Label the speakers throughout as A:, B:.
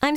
A: I'm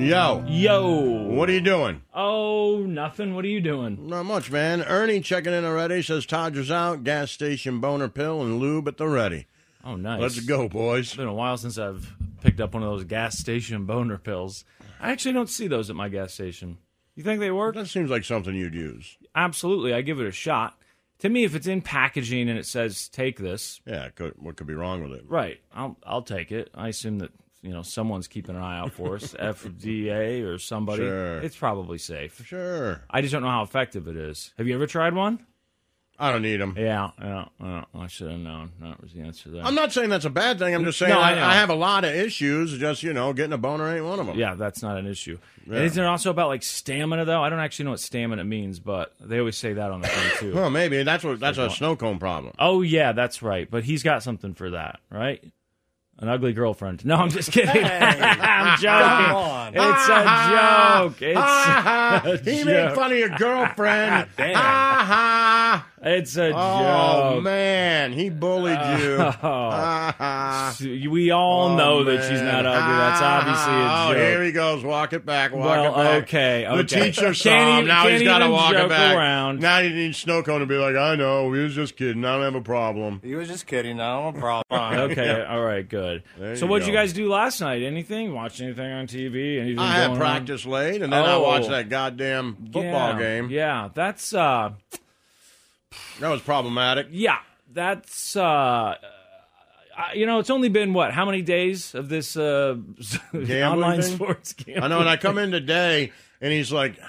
B: Yo,
C: Yo.
B: what are you doing?
C: Oh, nothing. What are you doing?
B: Not much, man. Ernie checking in already. Says Todgers out, gas station boner pill, and lube at the ready.
C: Oh, nice.
B: Let's go, boys.
C: It's been a while since I've picked up one of those gas station boner pills. I actually don't see those at my gas station. You think they work?
B: That seems like something you'd use.
C: Absolutely. I give it a shot. To me, if it's in packaging and it says take this,
B: Yeah, could, what could be wrong with it?
C: right? I'll I'll take it. I assume that you know someone's keeping an eye out for us, FDA or somebody.
B: Sure.
C: It's probably safe.
B: Sure.
C: I just don't know how effective it is. Have you ever tried one?
B: I don't need them.
C: Yeah, yeah, yeah. I should have known. That was the answer there.
B: I'm not saying that's a bad thing. I'm just saying
C: No, I
B: I,
C: know.
B: I have a lot of issues. Just, you know, getting a boner ain't one of them.
C: Yeah, that's not an issue. And isn't it also about like stamina though? I don't actually know what stamina means, but they always say that on the thing too.
B: Well, maybe that's what that's a snow cone problem.
C: oh yeah, that's right. But he's got something for that, right? An ugly girlfriend. No, I'm just kidding. I'm joking. It's a joke. It's
B: Ha ha! He made
C: joke.
B: fun of your girlfriend.
C: Damn.
B: Ha ha!
C: it's a
B: Oh
C: joke.
B: man, he bullied you. Ha ha!
C: We all Oh. know that she's not ugly. That's obviously
B: Oh,
C: a joke.
B: here he goes. Walk it back. Walk
C: Well,
B: it back.
C: okay,
B: The
C: okay.
B: teacher saw
C: Can't
B: him.
C: even-
B: now he's
C: can't
B: got to
C: even
B: walk it
C: joke
B: back.
C: around.
B: Now he needs snow cone to be like, I know. He was just kidding. I don't have a problem.
D: He was just kidding. I don't have a problem.
C: Okay, all right, good.
B: There
C: so,
B: you
C: what'd you
B: go.
C: guys do last night? Anything? Watch anything on TV? Anything
B: I had
C: going on?
B: practice late, and then I
C: Oh.
B: watched that goddamn football
C: yeah,
B: game.
C: Yeah, that's uh
B: That was problematic.
C: yeah, that's uh uh, you know, it's only been what? How many days of this uh, online
B: thing?
C: sports game?
B: I know, and I come in today, and he's like,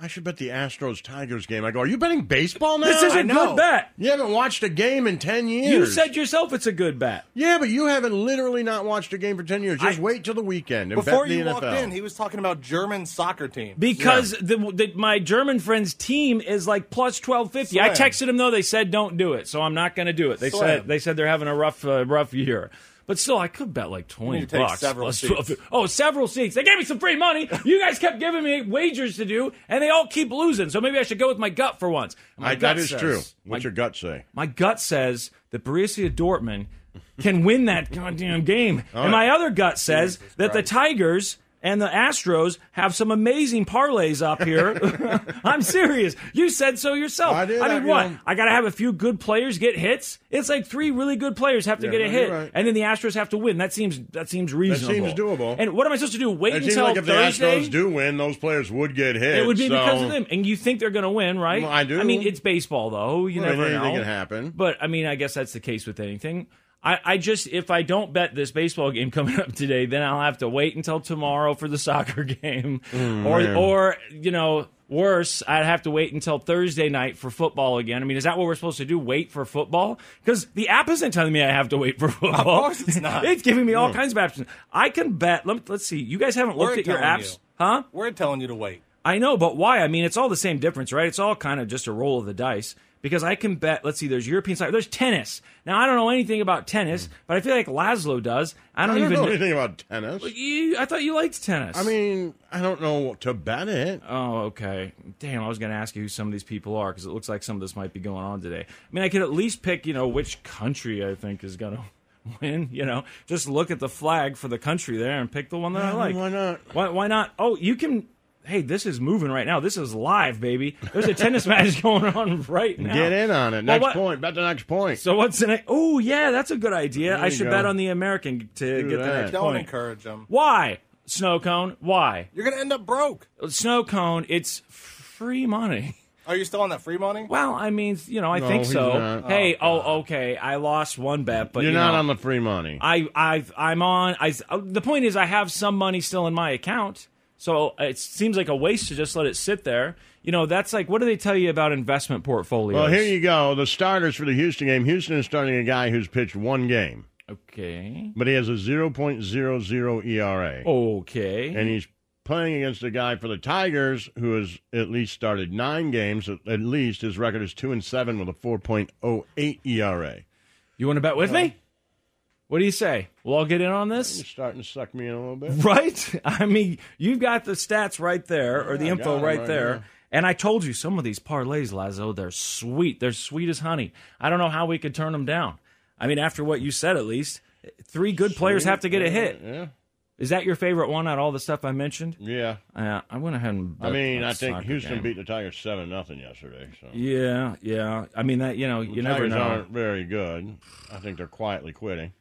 B: I should bet the Astros Tigers game. I go, Are you betting baseball now?
C: This is
B: I
C: a
B: know.
C: good bet.
B: You haven't watched a game in 10 years.
C: You said yourself it's a good bet.
B: Yeah, but you haven't literally not watched a game for 10 years. Just
C: I-
B: wait till the weekend and
D: Before
B: bet the
D: you
B: NFL.
D: walked in, he was talking about German soccer team.
C: Because the, the, my German friend's team is like plus twelve fifty. I
D: Slam.
C: texted him though; they said don't do it, so I'm not going to do it. They
D: Slam.
C: said they said they're having a rough uh, rough year, but still, I could bet like twenty
D: You need to take
C: bucks.
D: several
C: plus
D: seats.
C: 12. Oh, several seats. They gave me some free money. You guys kept giving me wagers to do, and they all keep losing. So maybe I should go with my gut for once. And My
B: I,
C: gut
B: that is
C: says-
B: true.
C: My,
B: What's your gut say?
C: my gut says that Borussia Dortmund can win that goddamn game, and my other gut says that the Tigers. And the Astros have some amazing parlays up here. I'm serious. You said so yourself.
B: I did, I-
C: mean,
B: you
C: what?
B: know-
C: I got to have a few good players get hits. It's like three really good players have to get a
B: no,
C: hit,
B: you're right.
C: and then the Astros have to win. That seems that seems reasonable.
B: doable.
C: And what am I supposed to do? Wait
B: It seems
C: until
B: like if
C: Thursday?
B: the Astros do win, those players would get hit.
C: It would be
B: so-
C: because of them, and you think they're going to win, right?
B: Well, I do.
C: I mean, it's baseball, though. You
B: Well,
C: never
B: anything
C: know.
B: can happen.
C: But I mean, I guess that's the case with anything. I, I just if I don't bet this baseball game coming up today, then I'll have to wait until tomorrow for the soccer game,
B: Mm,
C: or or you know worse, I'd have to wait until Thursday night for football again. I mean, is that what we're supposed to do? Wait for football? Because the app isn't telling me I have to wait for football. Of
D: course it's not. Mm.
C: it's giving me all kinds of options. I can bet. Let me, let's see. You guys haven't
D: We're
C: looked at your
D: telling
C: apps,
D: you.
C: huh?
D: We're telling you to wait.
C: I know, but why? I mean, it's all the same difference, right? It's all kind of just a roll of the dice. Because I can bet, let's see, there's European soccer, there's tennis. Now, I don't know anything about tennis, but I feel like Laszlo does. I don't,
B: I don't
C: even
B: know anything about tennis.
C: You, I thought you liked tennis.
B: I mean, I don't know to bet it.
C: Oh, okay. Damn, I was going to ask you who some of these people are because it looks like some of this might be going on today. I mean, I could at least pick, you know, which country I think is going to win, you know, just look at the flag for the country there and pick the one that I
B: Yeah,
C: like.
B: why not?
C: Why, why not? Oh, you can. Hey, this is moving right now. This is live, baby. There's a tennis match going on right now.
B: Get in on it.
C: Well,
B: Next
C: what-
B: point. Bet the next point.
C: So what's the next? Oh yeah, that's a good idea. I
B: you
C: should
B: go.
C: bet on the American to
B: Do
C: get the
B: that.
C: next
D: Don't
C: point.
D: encourage them.
C: Why snow cone? Why
D: You're gonna end up broke.
C: snow cone? It's free money.
D: Are you still on that free money?
C: Well, I mean, you know, I
B: No,
C: think
B: he's
C: so.
B: not.
C: Hey, oh, okay, I lost one bet, but
B: You're
C: you
B: not
C: know,
B: on the free money.
C: I, I, I'm on. I. uh, The point is, I have some money still in my account, so it seems like a waste to just let it sit there. You know, that's like what do they tell you about investment portfolios?
B: well, here you go. The starters for the Houston game. Houston is starting a guy who's pitched one game,
C: Okay.
B: but he has a 0.00 ERA.
C: Okay.
B: And he's playing against a guy for the Tigers who has at least started nine games. At, at least his record is 2 and 7 with a 4.08 ERA.
C: You want to bet with
B: Uh,
C: me? What do you say? We'll all get in on this,
B: He's starting to suck me in a little bit.
C: right? I mean, you've got the stats right there or the
B: Yeah, I
C: info
B: got 'em
C: right
B: right
C: there.
B: here.
C: And I told you some of these parlays, Lazo, they're sweet. They're sweet as honey. I don't know how we could turn them down. I mean, after what you said, at least three good players have to get a hit.
B: Yeah.
C: Is that your favorite one out of all the stuff I mentioned?
B: Yeah.
C: Uh, I went ahead and.
B: I
C: bet
B: mean,
C: that
B: I think
C: soccer
B: Houston
C: game.
B: beat the Tigers 7 nothing yesterday. So.
C: Yeah, yeah. I mean that. You know, you
B: the
C: never
B: Tigers
C: know.
B: aren't very good. I think they're quietly quitting.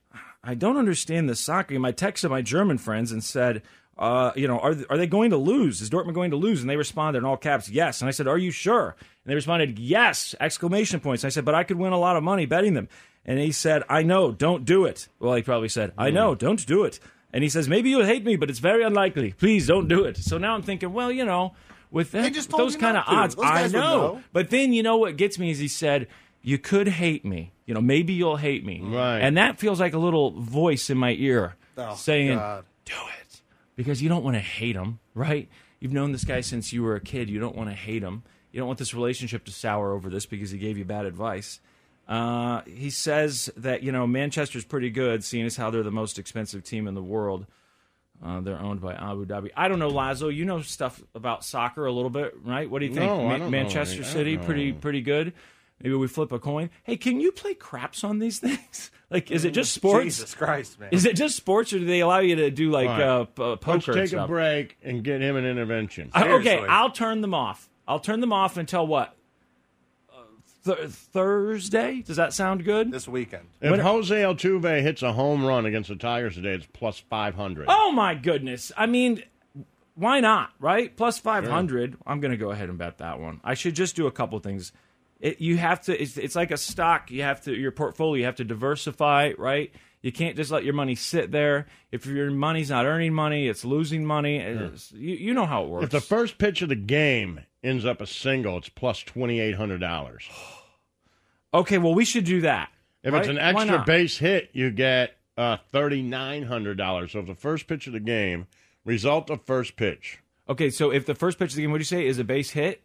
C: I don't understand this soccer game. I texted my German friends and said, uh, you know, are, are they going to lose? Is Dortmund going to lose? And they responded in all caps, yes. And I said, are you sure? And they responded, yes, exclamation points. And I said, but I could win a lot of money betting them. And he said, I know, don't do it. Well, he probably said,
D: Hmm.
C: I know, don't do it. And he says, maybe you'll hate me, but it's very unlikely. Please don't do it. So now I'm thinking, well, you know, with that,
D: just told
C: those
D: you
C: kind of
D: not to.
C: odds,
D: Those
C: I
D: guys would
C: know.
D: know.
C: But then you know what gets me is he said, you could hate me. You know, maybe you'll hate me.
B: Right.
C: And that feels like a little voice in my ear
D: Oh,
C: saying,
D: God.
C: "Do it," because you don't want to hate him, right? You've known this guy since you were a kid. You don't want to hate him. You don't want this relationship to sour over this because he gave you bad advice. Uh, he says that you know Manchester's pretty good, seeing as how they're the most expensive team in the world. Uh, they're owned by Abu Dhabi. I don't know, Lazo. You know stuff about soccer a little bit, right? What do you think?
B: No, I don't know
C: Manchester
B: any- I don't
C: City, pretty
B: know.
C: pretty good. Maybe we flip a coin. Hey, can you play craps on these things? Like, is it
B: Mm,
C: just sports?
D: Jesus Christ, man.
C: Is it just sports, or do they allow you to do like
B: All right.
C: uh, p- uh, poker?
B: Let's
C: and
B: take a
C: stuff?
B: break and get him an intervention.
C: I- okay,
D: Seriously.
C: I'll turn them off. I'll turn them off until what? Uh, th- Thursday? Does that sound good?
D: This weekend.
B: if Jose Altuve hits a home run against the Tigers today, it's plus 500.
C: Oh my goodness! I mean, why not? Right? Plus five hundred. I'm going to go ahead and bet that one. I should just do a couple things. It, you have to. It's, it's like a stock. You have to your portfolio. You have to diversify. Right? You can't just let your money sit there. If your money's not earning money, it's losing money. It's- you, you know how it works.
B: If the first pitch of the game ends up a single, it's plus $2,800.
C: Okay, well, we should do that.
B: If
C: right?
B: it's an
C: Why
B: extra
C: not?
B: base hit, you get uh, $3,900. So if the first pitch of the game, result of first pitch.
C: Okay, so if the first pitch of the game, what do you say, is a base hit?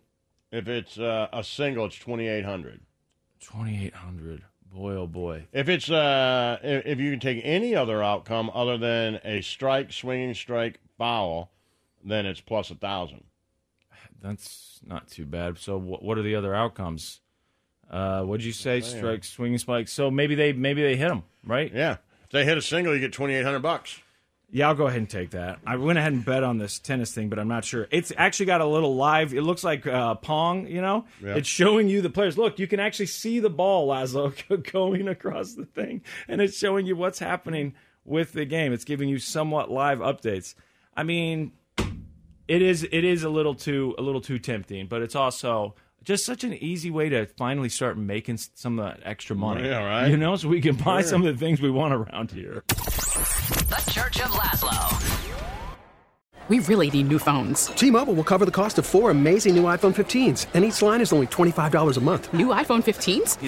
B: If it's uh, a single, it's 2800
C: 2,800. Boy, oh boy.
B: If it's uh, if if you can take any other outcome other than a strike, swinging strike, foul, then it's plus a thousand.
C: That's not too bad. So, wh- what are the other outcomes? Uh, what'd you say? Strike, swing, spike. So maybe they maybe they hit him, right?
B: Yeah, if they hit a single, you get twenty eight hundred bucks.
C: Yeah, I'll go ahead and take that. I went ahead and bet on this tennis thing, but I'm not sure. It's actually got a little live. It looks like uh, Pong, you know?
B: Yeah.
C: It's showing you the players. Look, you can actually see the ball, Lazo, going across the thing, and it's showing you what's happening with the game. It's giving you somewhat live updates. I mean, it is it is a little too a little too tempting, but it's also just such an easy way to finally start making s- some of that extra money.
B: Yeah, right.
C: You know, so we can buy some of the things we want around here.
E: The Church of Laszlo.
F: We really need new phones.
G: T-Mobile will cover the cost of four amazing new iPhone 15s, and each line is only $25 a month.
F: New iPhone 15s?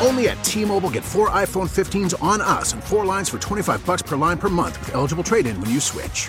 H: Only at T-Mobile, get four iPhone 15s on us and four lines for 25 bucks per line per month with eligible trade-in when you switch.